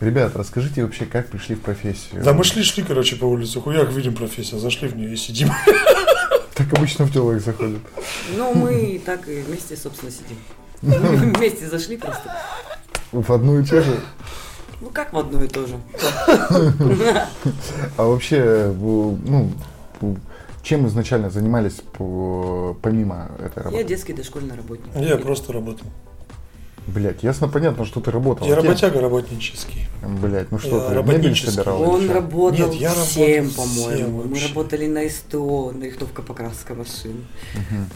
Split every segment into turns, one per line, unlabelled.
Ребят, расскажите вообще, как пришли в профессию?
Да мы шли-шли, короче, по улице, хуяк, видим профессия, зашли в нее и сидим.
Так обычно в тело их заходит.
Ну, мы и так и вместе, собственно, сидим. Мы вместе зашли просто.
В одну и ту же.
Ну, как в одно и то же.
А вообще, вы, ну, чем изначально занимались по- помимо этой
Я
работы?
детский дошкольный работник.
Я просто работал.
Блять, ясно, понятно, что ты работал.
Я
Кем?
работяга работнический.
Блять, ну
Я
что ты, мебель
работнический.
собирал? или
Он
чё?
работал
Нет, я работал
всем,
всем
по-моему. Мы
вообще.
работали на СТО, нарихтовка покраска машин.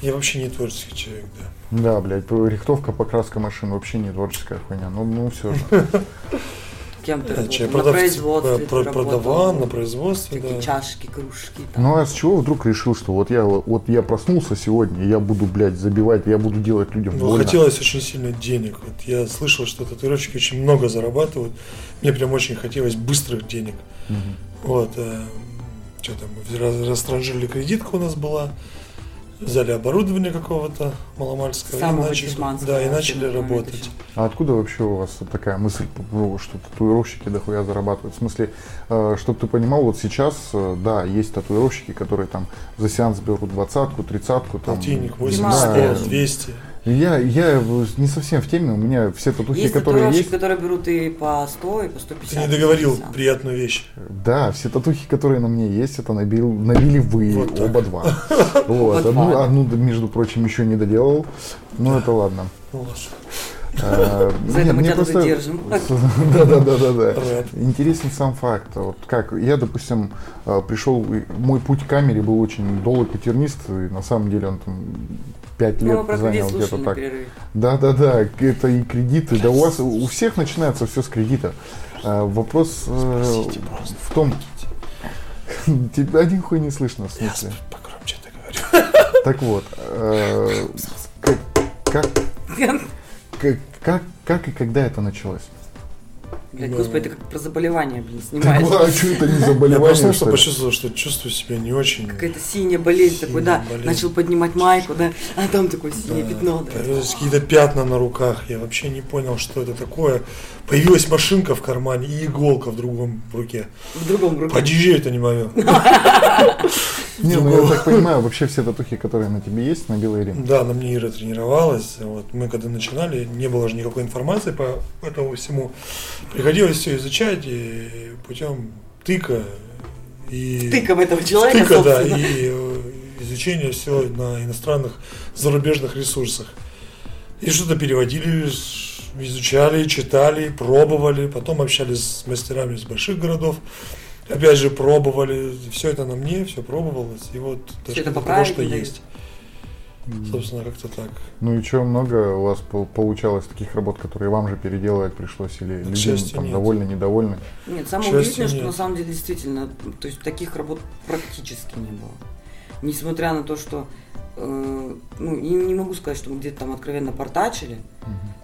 Я вообще не творческий человек, да.
Да, блядь, про- рихтовка, покраска машин вообще не творческая хуйня. Ну, ну все же.
Кем ты
Короче, я
работал? на
продав-
производстве
э, про-
ты
про-
работал.
продавал, на производстве,
Всякие
да.
чашки, кружки. Там.
Ну а с чего вдруг решил, что вот я вот я проснулся сегодня, и я буду, блядь, забивать, я буду делать людям
Ну,
больно.
хотелось очень сильно денег. Вот я слышал, что татуировщики очень много зарабатывают. Мне прям очень хотелось быстрых денег. Вот. э, что там, мы раз- растранжирили кредитка у нас была, взяли оборудование какого-то маломальского. и
Самого
начали-
дешманского
Да, и
на
начали
тот момент
работать.
еще.
А откуда вообще у вас такая мысль, ну, что татуировщики дохуя зарабатывают? В смысле, чтобы ты понимал, вот сейчас, э, да, есть татуировщики, которые там за сеанс берут двадцатку, тридцатку, там...
Полтинник,
мало.
80, 100, 200.
Я, я не совсем в теме, у меня все татухи,
Есть
которые
татуировщики,
есть...
которые берут и по 100, и по 150.
Ты не договорил
150.
приятную вещь.
Да, все татухи, которые на мне есть, это набил, набили вы,
Вот так.
оба два. Вот,
Оба
одну,
два.
одну, между прочим, еще не доделал, но это ладно. Э,
Ну, ладно.
За
За это мы тебя тут и держим.
Да, да, да, да, да.
Рэп.
Интересен сам факт. А Вот как я, допустим, э, пришел, и мой путь к камере был очень долг и тернист, и на самом деле он там пять
Ну, мы
лет
про кредит
занял
слушали
где-то
на
так.
перерыве.
Да, да, да, это и кредиты. Да у вас у всех начинается все с кредита. А, Вопрос э,
Спросите просто.
в том, тебя один хуй не слышно, в
Я
смысле.
сп- погромче это говорю.
Так вот, э, как- как как- как- как и когда это началось?
Блядь,
Да.
господи, ты как про заболевание, блин,
Так, а
снимаешь.
что это не
Я
заболевание?
просто что
что ли?
почувствовал, что чувствую себя не очень.
Какая-то синяя болезнь такой, да.
болезнь.
Начал поднимать майку, да. А там такое синее
Да,
пятно, да.
появилось Какие-то пятна на руках. Я вообще не понял, что это такое. Появилась машинка в кармане и иголка в другом руке.
В другом руке.
Подъезжай, это не мое.
Не, ну я так понимаю, вообще все татухи, которые на тебе есть, на белой рим.
Да, на мне Ира тренировалась. Вот мы когда начинали, не было же никакой информации по этому всему. Приходилось все изучать и путем тыка и
Тыком этого человека,
тыка, да,
Ну, собственно.
и э, изучение все на иностранных зарубежных ресурсах. И что-то переводили, с- изучали, читали, пробовали, потом общались с мастерами из больших городов. Опять же, пробовали, все это на мне, все пробовалось, и вот
Всё
дошли
это
до того,
поправить
что
не дают.
есть. Собственно, как-то так.
Ну и что, много у вас пол- получалось таких работ, которые вам же переделывать пришлось? Или люди
счастью,
там
нет.
довольны, недовольны?
Нет, самое
счастью
удивительное, что
нет.
на самом деле действительно, то есть таких работ практически не было. Несмотря на то, что э, ну, и не могу сказать, что мы где-то там откровенно портачили,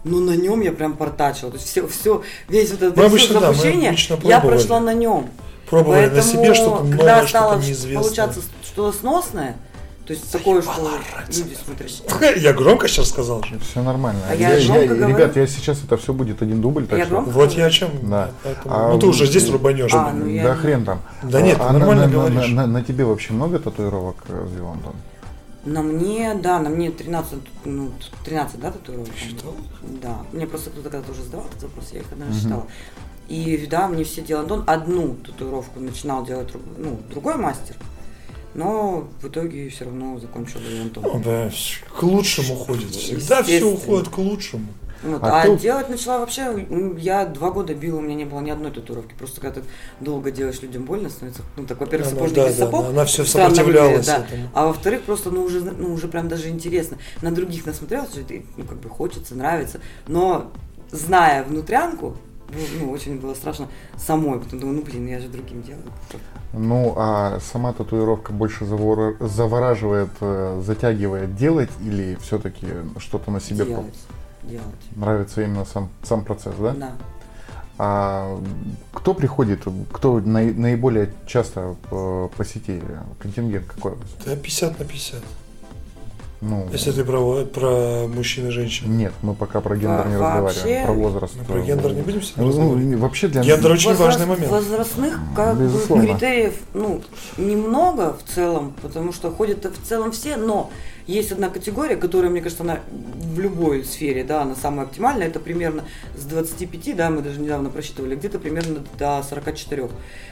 но на нем я прям портачила. То есть все, все, весь вот этот
Мы
ресурс
обычно, да, мы
обучения
обычно
я
пробовали.
прошла на нем.
Пробовали на себе что-то
Поэтому,
новое,
когда
что-то
стало
неизвестное.
получаться что-то сносное, то есть такое, что люди смотрели.
Я громко сейчас сказал. же.
Все нормально.
А я громко говорю.
ребят, я сейчас это все будет один дубль, так
Я
что...
громко?
Вот я о чем.
Да.
Поэтому-
А
ну ты
вы-
уже здесь рубанешь.
А, ну я-
Да хрен там. А
Да нет, ты
на-
нормально
на, на-
говоришь.
на- на тебе вообще много татуировок э, с Виландом?
На мне, да, на мне 13, ну, 13, да, татуировок?
Считала?
Да. Мне просто кто-то когда-то уже задавал этот вопрос, я их однажды считала. И да, мне все делали Антон. Одну татуировку начинал делать друг- ну, другой мастер, но в итоге все равно закончил ее
Ну
Антон.
да, к лучшему уходит. Всегда все
Естественно.
уходит к лучшему.
Вот.
А
А,
ты-
делать начала вообще, м, я два года била, у меня не было ни одной татуировки. Просто когда ты долго делаешь людям больно, становится, ну, так, во-первых,
Да, да,
сапожник
да,
без
да,
сапог.
да, она всё
странно выглядит,
сопротивлялась
да.
этому.
А во-вторых, просто, ну, уже, ну, уже прям даже интересно. На других насмотрелась, и ты, ну, как бы хочется, нравится. Но, зная внутрянку, ну, ну, очень было страшно самой. Потом думаю, ну, блин, я же другим делаю.
Ну, а сама татуировка больше завора- завораживает, э, затягивает делать или все-таки что-то на себе
делать,
пробовать?
делать.
Нравится именно сам, сам процесс, да?
Да.
А кто приходит, кто наи- наиболее часто э, по сети, контингент какой? у вас?
Да 50 на 50.
Ну,
Если ты про, про мужчин и женщин.
Нет, мы пока про гендер не
Вообще-
разговариваем, про возраст.
Мы про гендер не будем
Ну,
сегодня
ну,
разговаривать?
не- вообще для
Гендер
меня...
очень важный момент.
Возрастных как бы,
Безусловно.
критериев ну, немного в целом, потому что ходят в целом все, но есть одна категория, которая, мне кажется, она в любой сфере, да, она самая оптимальная, это примерно с 25, да, мы даже недавно просчитывали, где-то примерно до 44,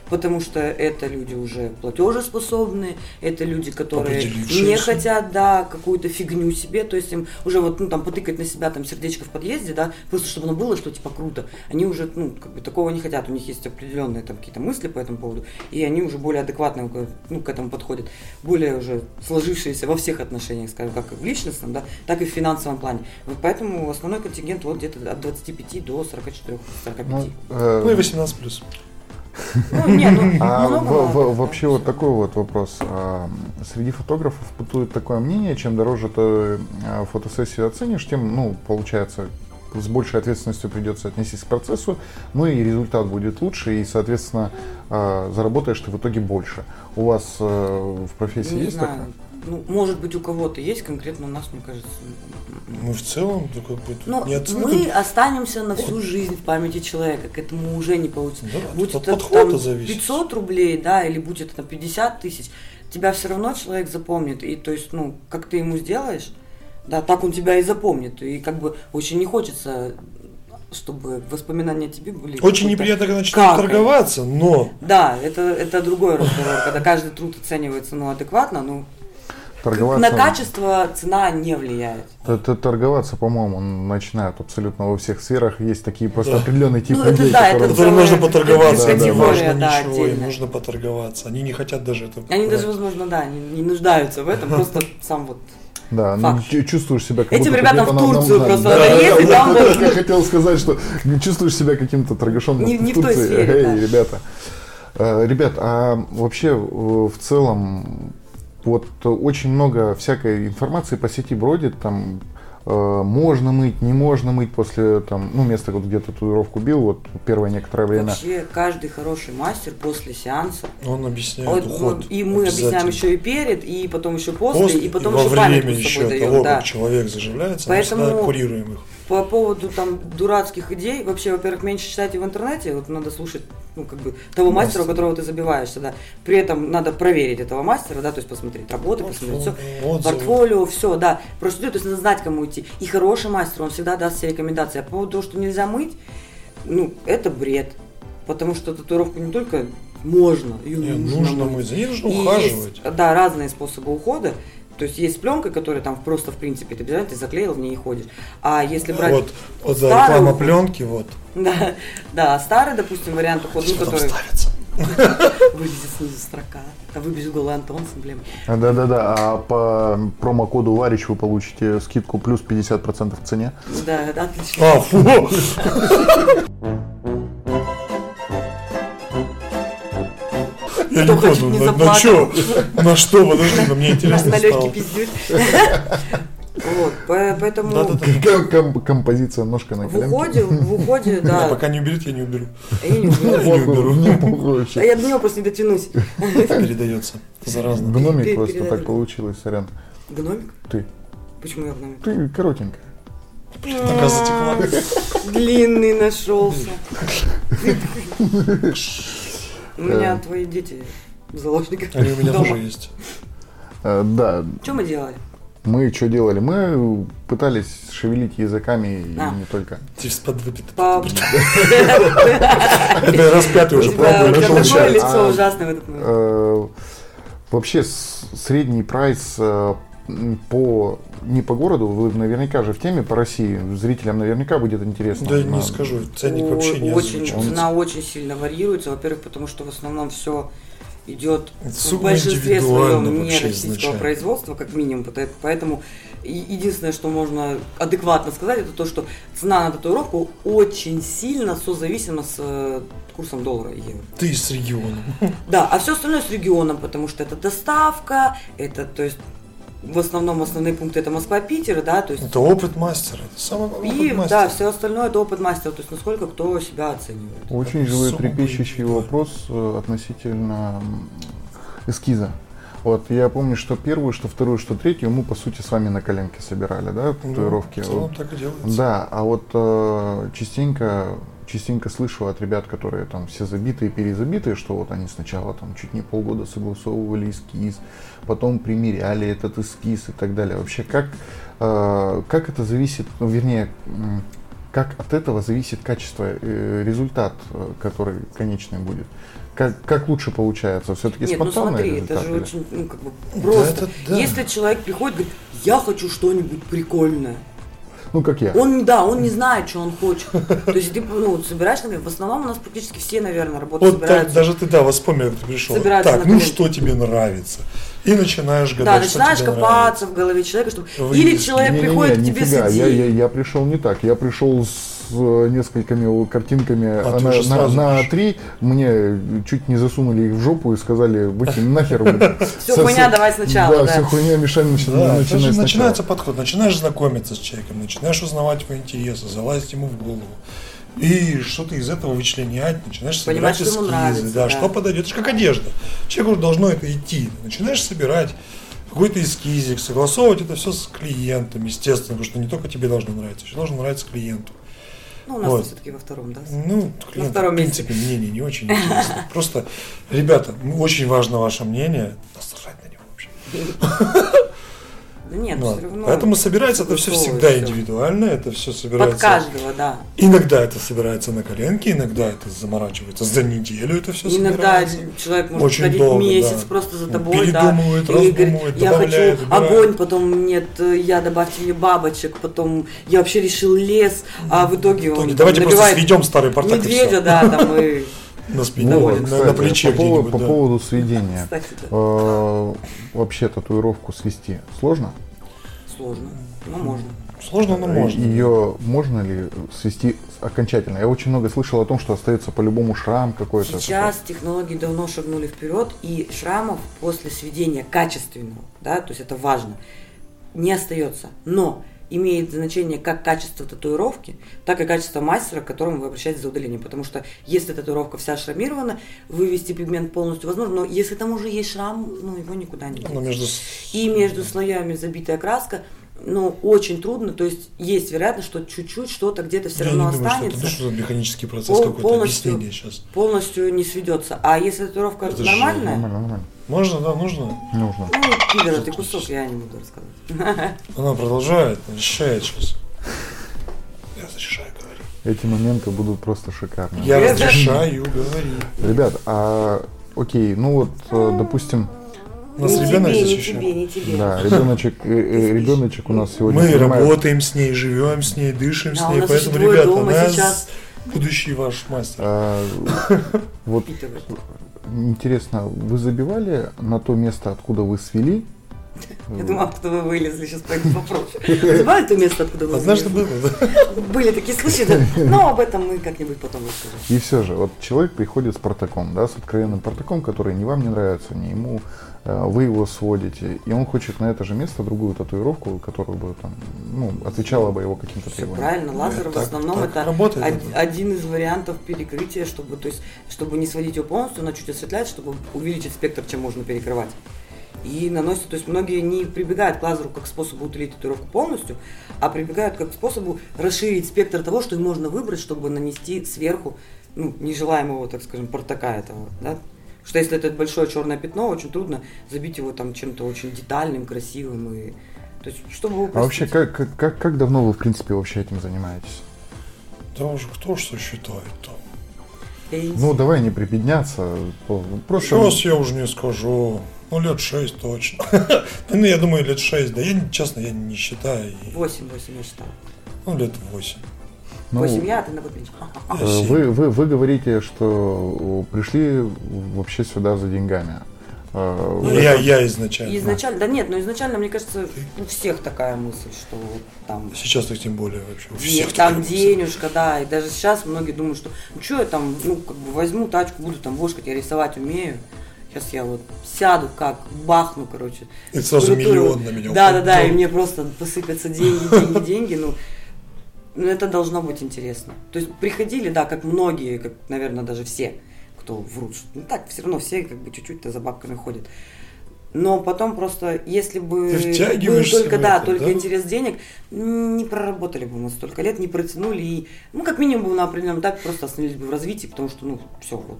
потому что это люди уже платежеспособные, это люди, которые не
Определившиеся.
хотят хотят, да, какую-то фигню себе, то есть им уже вот, ну, там, потыкать на себя, там, сердечко в подъезде, да, просто чтобы оно было, что, типа, круто. Они уже, ну, как бы, такого не хотят, у них есть определенные, там, какие-то мысли по этому поводу, и они уже более адекватно, к- ну, к этому подходят, более уже сложившиеся во всех отношениях, скажем, как и в личностном, да, так и в финансовом плане. Вот поэтому основной контингент вот где-то от 25 до 44, 45.
Ну,
Ну и
э,
18 плюс.
Ну, не, ну,
А
много
во-
надо,
во-
да,
вообще
всё.
вот такой вот вопрос. А, Среди фотографов бытует такое мнение, чем дороже ты а, фотосессию оценишь, тем, ну, получается, с большей ответственностью придется отнестись к процессу, ну и результат будет лучше, и, соответственно, а, заработаешь ты в итоге больше. У вас э, в профессии
Не
есть
знаю.
такое?
Ну, может быть, у кого-то есть, конкретно у нас, мне кажется, м-м-м.
Ну, в целом, да как бы тут
Ну,
не оценка.
мы останемся на всю жизнь в памяти человека, к этому уже не получится.
Да, от
будь
под-
это
подхода
там
зависит.
500 рублей, да, или будь это там 50 тысяч, тебя все равно человек запомнит. И то есть, ну, как ты ему сделаешь, да, так он тебя и запомнит. И как бы очень не хочется, чтобы воспоминания о тебе были...
Очень
какой-то-
неприятно, когда начинают
Как?
торговаться, но
Да, это, это другой разговор, когда каждый труд оценивается, ну, адекватно, ну, на качество цена не влияет.
Т- т- торговаться, по-моему, начинают абсолютно во всех сферах. Есть такие просто
Да.
определенный тип
Ну, это
людей,
да, это
которые-
которым
целая
нужно поторговаться,
категория,
не важно
да,
ничего, им
отдельная.
нужно поторговаться. Они не хотят даже этого.
Они даже,
брать.
возможно, да, не, не нуждаются в этом, просто сам вот.
Да, ну,
Факт.
чу- чувствуешь себя как
Этим
будто
ребятам
где-то
в
на- на-
Турцию
на-
просто
да,
надо
да,
ездить,
да,
там
да,
вот-
Я хотел сказать, что чувствуешь себя каким-то торгашом
Не-
в
не в той
Турции.
сфере,
Эй,
да.
ребята. Э, Ребят, а вообще э, в целом вот очень много всякой информации по сети бродит, там э, можно мыть, не можно мыть после там, ну, места, вот, где татуировку бил, вот первое некоторое время.
Вообще каждый хороший мастер после сеанса.
Он
он-
объясняет
он-
уход.
ну, и мы объясняем
обязательно.
еще и перед, и потом еще после,
После
и потом
во
еще память
время
мы с
еще
собой
того,
даем. Да.
как человек заживляется,
Поэтому-
мы всегда курируем их.
По поводу там дурацких идей, вообще, во-первых, меньше читайте в интернете, вот надо слушать, ну, как бы, того мастера, у которого ты забиваешься, да. При этом надо проверить этого мастера, да, то есть посмотреть работы, посмотреть все.
Отзывы.
Портфолио, все, да. Просто то есть надо знать, кому идти. И хороший мастер, он всегда даст все рекомендации. А по поводу того, что нельзя мыть, ну, это бред. Потому что татуировку не только можно, ее
Не,
нужно,
нужно
мыть.
мыть, за ней нужно
И
ухаживать.
есть, да, разные способы ухода. То есть есть пленка, которая там просто, в принципе, ты обязательно ты заклеил, в ней и ходишь. А если брать...
Вот, вот да,
старый
реклама
уход-
пленки, вот.
Да, да, а старый, допустим, вариант ухода, ну,
Потом
который
ставится.
вылезет снизу строка. Там выбежит голый Антон с эмблемой.
А, Да-да-да, а по промокоду Варич вы получите скидку плюс 50% в цене.
Ну Да, отлично.
А, фу! Я
Кто
не
хочет,
понял,
не
на, на
заплатит.
чё? На что? Подожди, но мне
На,
интересно
на легкий
стало.
пиздюль. Вот, по- поэтому
Да-да-да.
Ком- ком- Композиция ножка на
в
коленке.
уходе, в уходе,
А
да.
Пока не уберет, я не уберу.
Я не знаю.
Не уберу.
Не могу
А
вообще.
я до него просто не дотянусь.
Передается. Заразно.
Гномик
Ты
просто
передай.
так получилось, сорян.
Гномик?
Ты.
Почему я гномик?
Ты коротенькая.
Нога затекла.
Длинный нашелся. У меня твои дети в заложниках.
Они у меня
дома.
тоже есть.
Э, Да,
Что мы делали?
мы что делали? Мы пытались шевелить языками и
А.
не только.
Типс под выпит-
По-
Это я раз пятый
У
уже
тебя у
пробую.
тебя
это
такое
получается.
лицо
А,
ужасное в этот момент.
Э, Вообще с- средний прайс э, м, по не по городу, вы наверняка же в теме по России, зрителям наверняка будет интересно.
Да не
На-
скажу, ценник вообще не
О- очень,
озвучен.
цена очень сильно варьируется. Во-первых, потому что в основном все идет в
Сугубо
большинстве
индивидуально
своем не
вообще
российского
изначально.
производства, как минимум. Пота- Поэтому и- единственное, что можно адекватно сказать, это то, что цена на татуировку очень сильно созависима с э, курсом доллара и евро.
Ты с регионом.
Да, а все остальное с регионом, потому что это доставка, это, то есть, в основном основные пункты это Москва-Питер, да, то есть
Это опыт мастера. Это самый
и
опыт
да,
мастера.
все остальное это опыт мастера, то есть насколько кто себя оценивает.
Очень
Сугубо
живой трепещущий
индивидуально.
вопрос э, относительно м, эскиза. Вот, я помню, что первую, что вторую, что третью мы, по сути, с вами на коленке собирали, да, татуировки. а
Ну, в целом так и делается.
Да, а вот э, частенько, частенько слышу от ребят, которые там все забитые, перезабитые, что вот они сначала там чуть не полгода согласовывали эскиз, потом примеряли этот эскиз и так далее. Вообще, как, э, как это зависит, ну, вернее, м, как от этого зависит качество, э, результат, э, который конечный будет? Как, как лучше получается? Все-таки
Нет, ну
спонтанный
смотри,
результат?
это же
или-
очень, ну, как бы, просто.
это да.
Если человек приходит, говорит, я хочу что-нибудь прикольное.
Ну, как я.
Он, да, он не знает, что он хочет. То есть ты, ну, собираешь, например, в основном у нас практически все, наверное, работы
Вот так,
собираются.
даже ты, да, воспомни, как ты пришел.
Собираются
Так,
на
ну
кон-
что тебе нравится? И начинаешь гадать,
да,
что
начинаешь
тебе
копаться в голове человека, чтобы...
Вы-
Или человек
Не-не-не,
приходит к тебе с
нифига,
идеей.
я, я, я пришел не так. Я пришел с э, несколькими картинками
А ты
на,
уже
на,
сразу
на
пришел.
три. Мне чуть не засунули их в жопу и сказали, выкинь нахер. Все,
хуйня, давай сначала,
Да,
да.
все хуйня, мешай, начи-
Да,
начинай
это же
сначала.
начинается подход, начинаешь знакомиться с человеком, начинаешь узнавать его интересы, залазить ему в голову. И что-то из этого вычленять, начинаешь
Понимать,
собирать
что ему
эскизы,
нравится,
да,
да.
что подойдет, это же как одежда. Человеку должно это идти. Начинаешь собирать какой-то эскизик, согласовывать это все с клиентом, естественно, потому что не только тебе должно нравиться, еще должно нравиться клиенту.
Ну, у нас
Вот.
все-таки во втором, да?
Ну, клиент,
втором
в принципе, мнение не очень интересно. Просто, ребята, м, очень важно ваше мнение. Насрать на него вообще.
Да нет,
Ну,
все равно.
Поэтому собирается это все
согласовываешь
всегда
всё.
индивидуально, это все
Под
собирается.
каждого, да.
Иногда это собирается на коленке, иногда это заморачивается за неделю, это все
Иногда
собирается.
человек может
Очень
ходить
долго,
месяц
да.
просто за
Он
тобой, да.
передумывает,
и
раздумывает,
говорит, я
добавляет,
хочу
убирает».
огонь, потом нет, э, я добавьте мне бабочек, потом я вообще решил лес, а в итоге,
В итоге
он
давайте просто
набивает
сведем старый портак и
медведя,
все.
да, там и,
На спине,
Ну,
Доволен.
на-
кстати,
на плече
по, поводу,
где-нибудь.
по
да.
поводу сведения.
кстати, да,
Э, вообще татуировку свести сложно?
сложно, но можно.
Сложно, но Ну, можно.
Ее Э, можно ли свести окончательно? Я очень много слышал о том, что остается по-любому шрам какой-то.
Сейчас технологии давно шагнули вперед, и шрамов после сведения качественного, да, то есть это важно, не остается. Но имеет значение как качество татуировки, так и качество мастера, к которому вы обращаетесь за удалением. Потому что если татуировка вся шрамирована, вывести пигмент полностью возможно, но если там уже есть шрам, ну его никуда не
Но
деть.
между...
И между слоями забитая краска, ну, очень трудно, то есть есть вероятность, что чуть-чуть что-то где-то все
Я
равно
не думаю, что это,
останется
ну, что за механический процесс
Пол-
какой-то,
полностью.
объяснение сейчас.
полностью не сведется. А если татуировка
Это же
нормальная,
Нормально, нормально.
Можно, да, нужно?
Нужно.
ну, пидор, ты кусок, я не буду рассказывать.
Она продолжает, решает сейчас. Я разрешаю говорить.
Эти моменты будут просто шикарные.
Я
Это-
разрешаю говорить.
Ребят, а окей, ну вот, э, допустим,
У нас
не
ребенок
тебе,
здесь
не
еще.
тебе, не тебе.
да, ребеночек, э, э, ребеночек у нас сегодня.
Мы
занимает-
работаем с ней, живем с ней, дышим
Да,
с
у
ней,
нас
поэтому,
еще двое
ребята,
дома
нас
сейчас.
будущий ваш мастер.
А, Вот
Впитывает.
интересно, вы забивали на то место, откуда вы свели?
Я думала, откуда вы вылезли, сейчас пойду попроще. Забываю то место, откуда вы
Однажды
вылезли.
А было, да?
Были такие случаи, да. но об этом мы как-нибудь потом расскажем.
И все же, вот человек приходит с протоком, да, с откровенным протоком, который ни вам не нравится, ни ему, э, вы его сводите, и он хочет на это же место другую татуировку, которая бы там, ну, отвечала бы его каким-то
Все
требованиям.
правильно, лазер в
так-
основном
так
это
работает
од-
это.
один из вариантов перекрытия, чтобы, то есть, чтобы не сводить его полностью, она чуть осветляет, чтобы увеличить спектр, чем можно перекрывать. И наносит, то есть многие не прибегают к лазеру как к способу удалить татуировку полностью, а прибегают как к способу расширить спектр того, что им можно выбрать, чтобы нанести сверху ну, нежелаемого, так скажем, портака этого. Да? Что если это большое черное пятно, очень трудно забить его там чем-то очень детальным, красивым и то есть, чтобы
А вообще,
упростить.
как, как- как, как давно вы, в принципе, вообще этим занимаетесь?
Да уже кто что считает там.
Я не
Ну, давай не прибедняться, по- просто...
Сейчас я уже не скажу. Ну, лет шесть точно. Да, Ну, я думаю, лет шесть. Да я, не- честно, я не считаю. И,
8, 8 я считала.
Ну, лет восемь.
ну,
8 я, а ты на год меньше.
Да,
Э,
семь.
Вы, вы, вы говорите, что э, пришли вообще сюда за деньгами. Э,
Ну,
это-
Я, я изначально.
Изначально, да нет, но изначально, мне кажется, у всех такая мысль, что вот там
Сейчас так тем более вообще. У
де-
всех
там
такая мысль.
денежка, да, и даже сейчас многие думают, что ну что я там, ну как бы возьму тачку, буду там вошкать, я рисовать умею. Сейчас я вот сяду как, бахну, короче.
И сразу
Крутой.
миллион Ну. на меня
Да, да, да,
упадет.
и мне просто посыпятся деньги, деньги, деньги, ну, ну это должно быть интересно. То есть приходили, да, как многие, как, наверное, даже все, кто врут, что, ну так, все равно все как бы чуть-чуть-то за бабками ходят. Но потом просто, если бы
Ты
был
втягиваешься
только,
в
да,
это,
только
да?
интерес денег, м, не проработали бы мы столько лет, не протянули и, ну, как минимум, бы на определенном этапе просто остановились бы в развитии, потому что, ну, все, вот,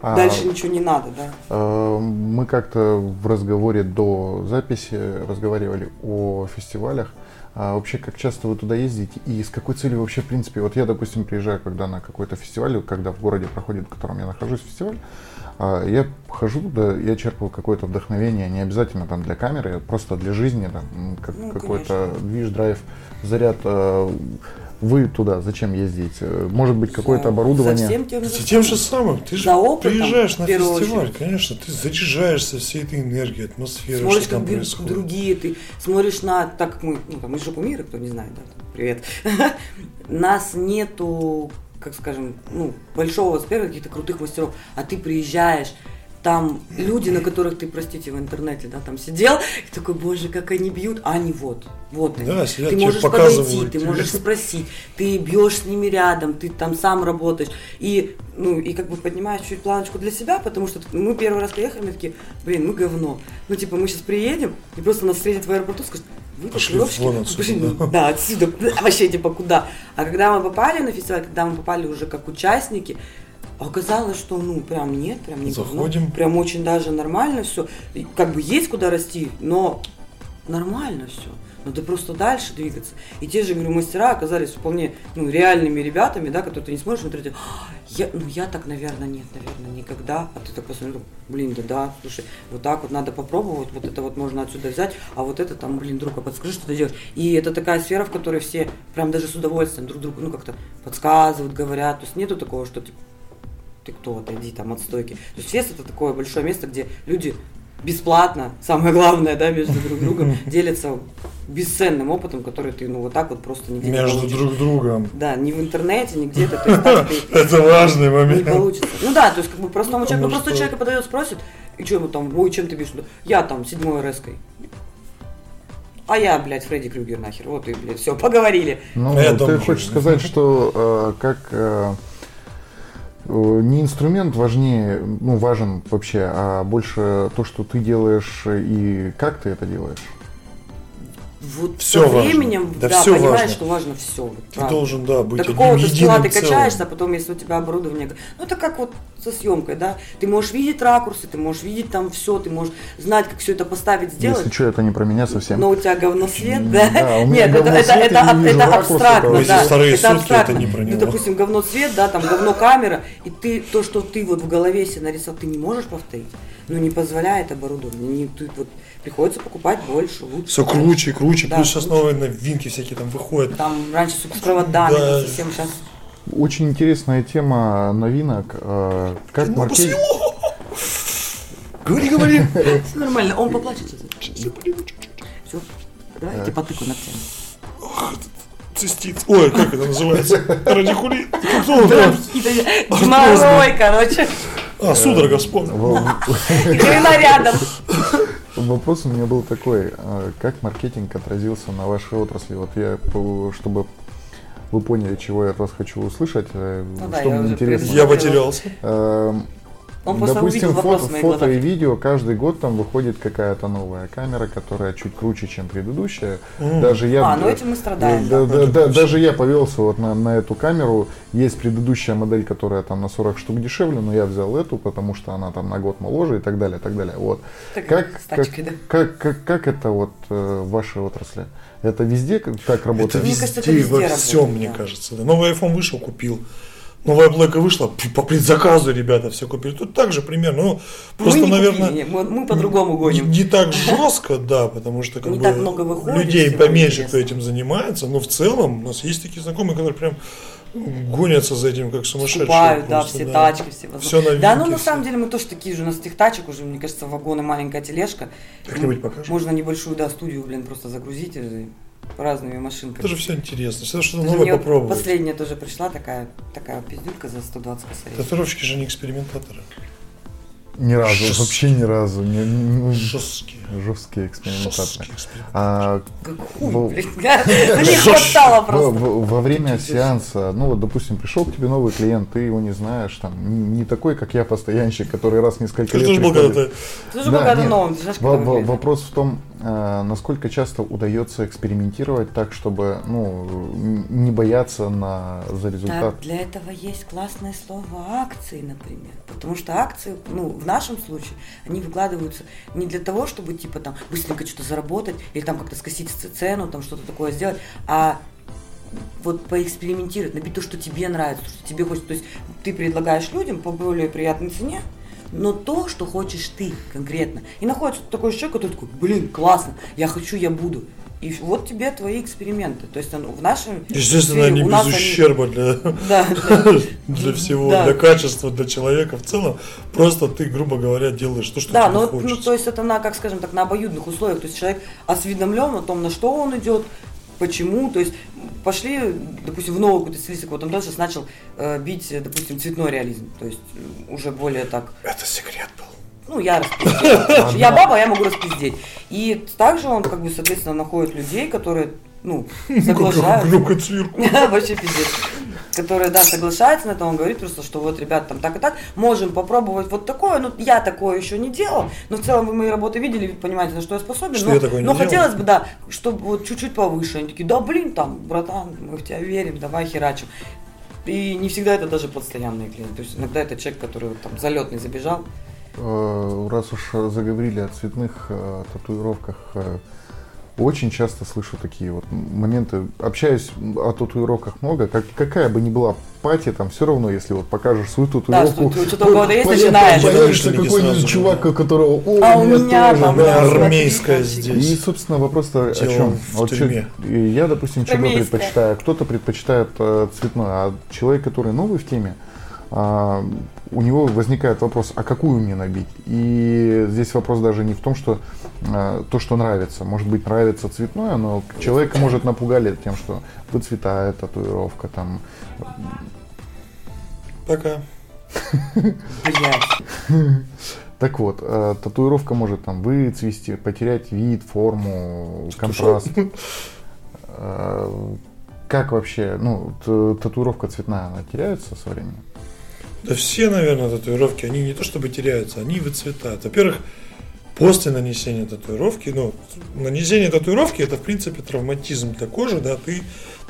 А,
дальше ничего не надо, да.
э, Мы как-то в разговоре до записи разговаривали о фестивалях. А вообще, как часто вы туда ездите и с какой целью вообще, в принципе, вот я, допустим, приезжаю, когда на какой-то фестиваль, вот когда в городе проходит, в котором я нахожусь, фестиваль, а, я хожу туда, я черпаю какое-то вдохновение, не обязательно там для камеры, а просто для жизни, там, м, как-
Ну,
какой-то движ, драйв, заряд. А, Вы туда зачем ездить? Э, Может быть, какое-то
За-
оборудование?
За всем тем же
За тем же
самым.
самым. Ты же
За опытом,
приезжаешь
в
на
первую
фестиваль,
очередь.
конечно, ты заряжаешься всей этой энергией, атмосферой,
Смотришь,
что там
как друг-
происходит.
другие, ты смотришь на, так как мы, ну, там, мы жопу мира, кто не знает, да, там, привет. Нас нету, как скажем, ну, большого спектра каких-то крутых мастеров, а ты приезжаешь, там люди, на которых ты, простите, в интернете, да, там сидел, и такой, боже, как они бьют, а они вот, вот они.
Да, сидят,
ты
тебе
можешь
показывают
подойти, ты
тебе.
можешь спросить, ты бьешь с ними рядом, ты там сам работаешь, и, ну, и как бы поднимаешь чуть планочку для себя, потому что мы первый раз приехали, мы такие, блин, мы говно. Ну, типа, мы сейчас приедем, и просто нас встретят в аэропорту, скажут, вы
Пошли
татуировщики?
вон отсюда,
Блин,
да».
да, отсюда, А вообще, типа, куда? А когда мы попали на фестиваль, когда мы попали уже как участники, оказалось, что, ну, прям нет, прям не говно.
Заходим.
прям очень даже нормально все. Как бы есть куда расти, но нормально все. Надо просто дальше двигаться. И те же, говорю, мастера оказались вполне ну, реальными ребятами, да, которые ты не сможешь смотреть. «А, Я, ну, я так, наверное, нет, наверное, никогда. А ты так посмотрел, блин, да да, слушай, вот так вот надо попробовать, вот это вот можно отсюда взять, а вот это там, блин, друг, а подскажи, что ты делаешь. И это такая сфера, в которой все прям даже с удовольствием друг другу, ну, как-то подсказывают, говорят. То есть нету такого, что типа, ты кто, отойди там от стойки. То есть фест это такое большое место, где люди бесплатно, самое главное, да, между друг другом, делятся бесценным опытом, который ты, ну, вот так вот просто нигде не
Между
получишь.
друг другом.
Да, не в интернете, не где-то, то есть так ты
Это важный
не
момент.
получится. Ну да, то есть как бы простому
Потому
человеку, простой
что-
человек подает, спросит, и что ему там, ой, чем ты бишь? Я там седьмой РС-кой. А я, блядь, Фредди Крюгер нахер. Вот и, блядь, все, поговорили.
Ну,
Я
ты
думаю,
хочешь
да.
сказать, что э, как э, э, не инструмент важнее, ну, важен вообще, а больше то, что ты делаешь и как ты это делаешь.
Вот
Всё
со
важно.
временем,
Да
да,
всё
понимаешь,
важно.
что важно все. Вот,
Ты
правда.
должен, да, быть
До
одним
какого-то скилла
единым
ты
целым.
качаешься, а потом, если у тебя оборудование... Ну, это как вот со съемкой, да? Ты можешь видеть ракурсы, ты можешь видеть там все, ты можешь знать, как все это поставить, сделать.
Если что, это не про меня совсем.
Но у тебя говноцвет,
М,
да?
да, у меня
Нет, это,
говноцвет,
это,
я
это,
не
аб-
вижу
это
ракурса,
абстрактно,
короче.
Если
да.
вторые сутки, это
абстрактно.
не про
Ну,
него.
допустим, говноцвет, да, там говно камера, и ты то, что ты вот в голове себе нарисовал, ты не можешь повторить. Ну, не позволяет оборудование. Не, ты, вот, приходится покупать больше, лучше.
Все круче и круче.
Да,
Плюс сейчас
круче.
новые новинки всякие там выходят.
Там раньше с проводами,
Да.
совсем сейчас
Очень интересная тема новинок. э, Как
Ну,
маркетинг...
после него. Говори, говори.
Все нормально, он поплачет сейчас.
Сейчас я понимаю, чуть-чуть.
Все, давай типа, я тебе потыку ногтями.
Цистит. Ой, как это называется? Радикулит.
Геморрой, короче.
А, судорога вспомнил.
Грена рядом.
Вопрос у меня был такой, э, как маркетинг отразился на вашей отрасли? Вот я, по- чтобы вы поняли, чего я от вас хочу услышать, э,
Ну да,
что
я
мне
уже
интересно.
Я потерялся.
Эм,
Он просто
Допустим,
увидел
фото,
вопрос в моих
фото и
глазах.
видео каждый год там выходит какая-то новая камера, которая чуть круче, чем предыдущая.
М.
Даже я, э,
А, ну этим мы страдаем.
да, да,
да.
да, даже я повелся вот на, на эту камеру. Есть предыдущая модель, которая там на 40 штук дешевле, но я взял эту, потому что она там на год моложе и так далее, и так далее. Вот.
Так, с
как,
тачкой, да.
как, как, как это вот э, в вашей отрасли? Это везде как- так
Это
работает?
Мне кажется, это
везде,
везде
во
работает,
всем, мне
да.
кажется. да. Новый iPhone вышел, купил. Новая Блэка вышла, пф, по предзаказу ребята все купили. Тут также примерно, ну, просто,
Мы не
наверное,
купили, не, мы- Мы по-другому
не,
гоним.
не так жестко, да, потому что как
Не
бы
так много выходит
людей
всего
поменьше, кто
интересного.
этим занимается, но в целом у нас есть такие знакомые, которые прям ну, гонятся за этим как сумасшедшие.
Скупают, да,
просто,
все тачки, все
Всё
возможно.
новинки,
Да, ну на
всё.
самом деле мы тоже такие же, у нас этих тачек уже, мне кажется, вагон и маленькая тележка.
Как-нибудь покажешь?
Можно небольшую, да, студию, блин, просто загрузить и разными машинками.
Это же все интересно, всегда что-то
Даже
новое
мне вот
попробовать.
Последняя тоже пришла такая, такая пиздюлька за 120 косарей.
Татуировщики же не экспериментаторы.
Ни разу,
Жест-
вообще ни разу. Не- не-
Жесткие.
жесткие экспериментаторы.
Жесткие эксперименты.
А
Как хуй,
Во-
блядь. Ну, не хватало
во,
просто.
во- во время сеанса, ну вот, допустим, пришел к тебе новый клиент, ты его не знаешь, там, н- не такой, как я, постоянщик, который раз в несколько
Ты
лет
тоже был
приходит.
когда-то
Ты
Да,
же
нет.
новым, ты знаешь,
Во-
как
во-
там, блядь.
Вопрос в том, э, насколько часто удается экспериментировать так, чтобы ну, н- не бояться на, за результат.
Так, для этого есть классное слово акции, например. Потому что акции, ну, в нашем случае, они выкладываются не для того, чтобы типа там быстренько что-то заработать или там как-то скосить ц- цену, там что-то такое сделать, а вот поэкспериментировать, набить то, что тебе нравится, то, что тебе хочется. То есть ты предлагаешь людям по более приятной цене, но то, что хочешь ты конкретно. И находится такой человек, который такой, блин, классно, я хочу, я буду. И вот тебе твои эксперименты. То есть оно- в нашем...
Естественно,
сфере
они
у
без
нас они-
ущерба для,
Да, да.
для всего,
Да.
для качества, для человека в целом. Просто ты, грубо говоря, делаешь то, что
Да,
тебе
но ну,
хочется.
то есть это на, как скажем так, на обоюдных условиях. То есть человек осведомлен о том, на что он идет, почему. То есть пошли, допустим, в новую какую-то стилистику. Вот Антон сейчас начал э, бить, э, допустим, цветной реализм. То есть э, уже более так,
Это секрет был.
ну, я распиздеть. Я баба, я могу распиздеть. И также он, как бы, соответственно, находит людей, которые, ну, соглашаются.
Громко цирк.
Вообще пиздец. Которые, да, соглашаются на это, он говорит просто, что вот, ребят, там так и так, можем попробовать вот такое, ну, я такое еще не делал, но в целом вы мои работы видели, вы понимаете, на что я способен,
Что
но,
я такое не
но
делал.
хотелось бы, да, чтобы вот чуть-чуть повыше, они такие, да, блин, там, братан, мы в тебя верим, давай херачим. И не всегда это даже постоянные клиенты, то есть иногда это человек, который вот там залетный забежал,
Э, Раз уж э, заговорили о цветных э, татуировках, э, очень часто слышу такие вот м- моменты. Общаюсь м, о татуировках много. Как, какая бы ни была пати, там все равно, если вот покажешь свою
Да, что
татуировку,
у тебя у кого-то есть,
поя-
начинаешь.
Появится
Начинаешь
какой-нибудь
сразу,
чувак,
да.
у которого «О,
А
у
у
меня,
меня
тоже,
там,
да».
да,
армейская
И,
здесь.
собственно, вопрос о, о
Дело
чем?
в
Вот чё-
тюрьме.
и я, допустим, чего
Армейская.
предпочитаю? Кто-то предпочитает э, цветное, а человек, который новый в теме, а, у него возникает вопрос, а какую мне набить? И здесь вопрос даже не в том, что а, то, что нравится. Может быть, нравится цветное, но человека, может, напугали тем, что выцветает татуировка, там,
Пока.
блядь.
Так вот, э, татуировка может там выцвести, потерять вид, форму, контраст. Э, Как вообще, ну, т- татуировка цветная, она теряется со временем?
Да все, наверное, татуировки, они не то чтобы теряются, они выцветают. Во-первых, после нанесения татуировки, ну, нанесение татуировки это, в принципе, травматизм для кожи, да, ты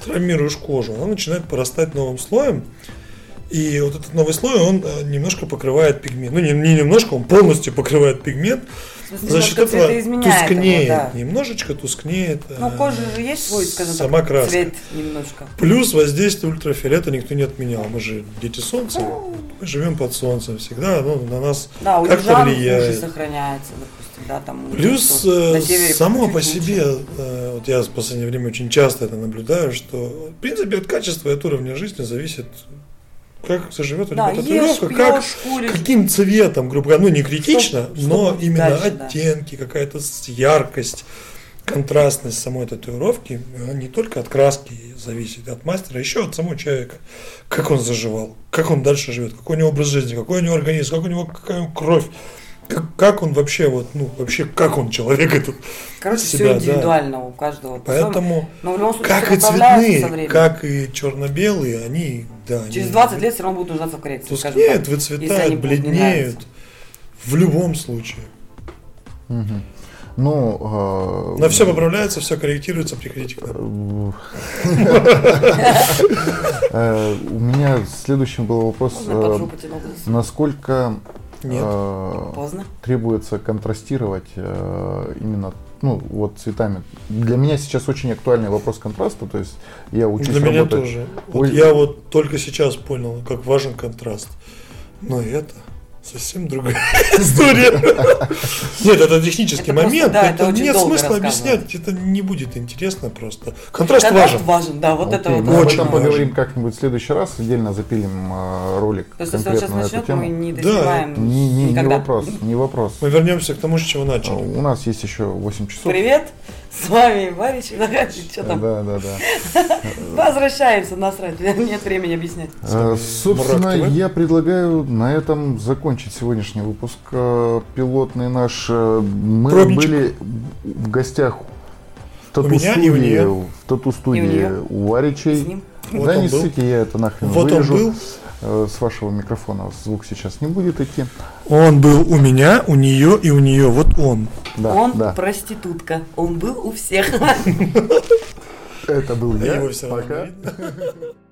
травмируешь кожу, она начинает порастать новым слоем, и вот этот новый слой, он э, немножко покрывает пигмент. Ну, не, не немножко, он полностью покрывает пигмент. За счет
Немножко цвета
этого
изменяет его,
тускнеет.
да.
Немножечко тускнеет.
Но
э,
кожа же есть свой, скажем
сама
так,
краска.
цвет немножко.
Плюс воздействие ультрафиолета никто не отменял. Мы же дети солнца, мы живем под солнцем всегда, ну, на нас
Да, у
как-то
южан
влияет.
хуже сохраняется, допустим, да, там. у
Плюс
тех, кто
э,
на севере
само
чуть
по
лучше.
себе, э, вот я в последнее время очень часто это наблюдаю, что в принципе от качества и от уровня жизни зависит, как заживет у
Да,
него
ешь,
татуировка,
пьешь,
как,
куришь.
каким цветом, грубо говоря, ну не критично,
Что- что
но
будет
именно
дальше, да.
оттенки, какая-то с- яркость, контрастность самой татуировки, она не только от краски зависит, от мастера, а еще от самого человека, как он заживал, как он дальше живет, какой у него образ жизни, какой у него организм, как у него какая у него кровь. Как, как он вообще, вот, ну, вообще, как он человек этот?
Короче,
себя,
все
да.
индивидуально у каждого.
Поэтому,
Но в любом случае,
как
всё
и
направляется со
цветные,
временем.
как и черно-белые, они, да, они
Через 20 лет все равно будут нуждаться в коррекции, скажем так.
тускнеют,
если они
выцветают,
будут не
бледнеют. В любом случае.
Мгм. Ну, э,
На все поправляется, все корректируется, приходите к нам.
э, у меня следующим был вопрос,
Можно я под
э,
жопу тяну волосы?
насколько
Нет.
э,
Поздно.
требуется контрастировать э, именно ну, вот цветами. Для меня сейчас очень актуальный вопрос контраста, то есть я учусь
Для меня
работать-
тоже.
Ой.
Вот я вот только сейчас понял, как важен контраст. Но это совсем другая история. Нет, это технический
Это просто,
момент.
да,
это
это очень
Нет
долго
смысла
рассказывать.
объяснять. Это не будет интересно просто. Контраст
Контраст
важен.
да, вот это
Окей,
вот.
мы об
важно.
этом
очень
поговорим как-нибудь в следующий раз, отдельно запилим э, ролик
То есть, если он сейчас
конкретно на эту
начнет,
тему.
мы не
Да.
доснимаем
Не, не, не
никогда.
вопрос, не вопрос.
Мы вернемся к тому, с чего
А,
начали.
У нас есть еще 8 часов.
Привет, С вами Барич, Нагачи, что там?
Да, да, да.
Возвращаемся, насрать, нет времени объяснять.
Э, Собственно,
Мурак ТВ.
я предлагаю на этом закончить сегодняшний выпуск э, пилотный наш. Э, Мы
Пробничек.
были в гостях в
У меня и у
тату-студии,
нее.
в тату-студии
нее.
у Варичей.
С ним.
Вот
да
он
не
был.
ссыте, я это нахрен
Вот он
вырежу.
был.
Э, С вашего микрофона звук сейчас не будет идти.
Он был у меня, у нее и у нее. Вот он.
Да,
он
да.
проститутка. Он был у всех.
Это был я.
Его все равно
Пока.
видно.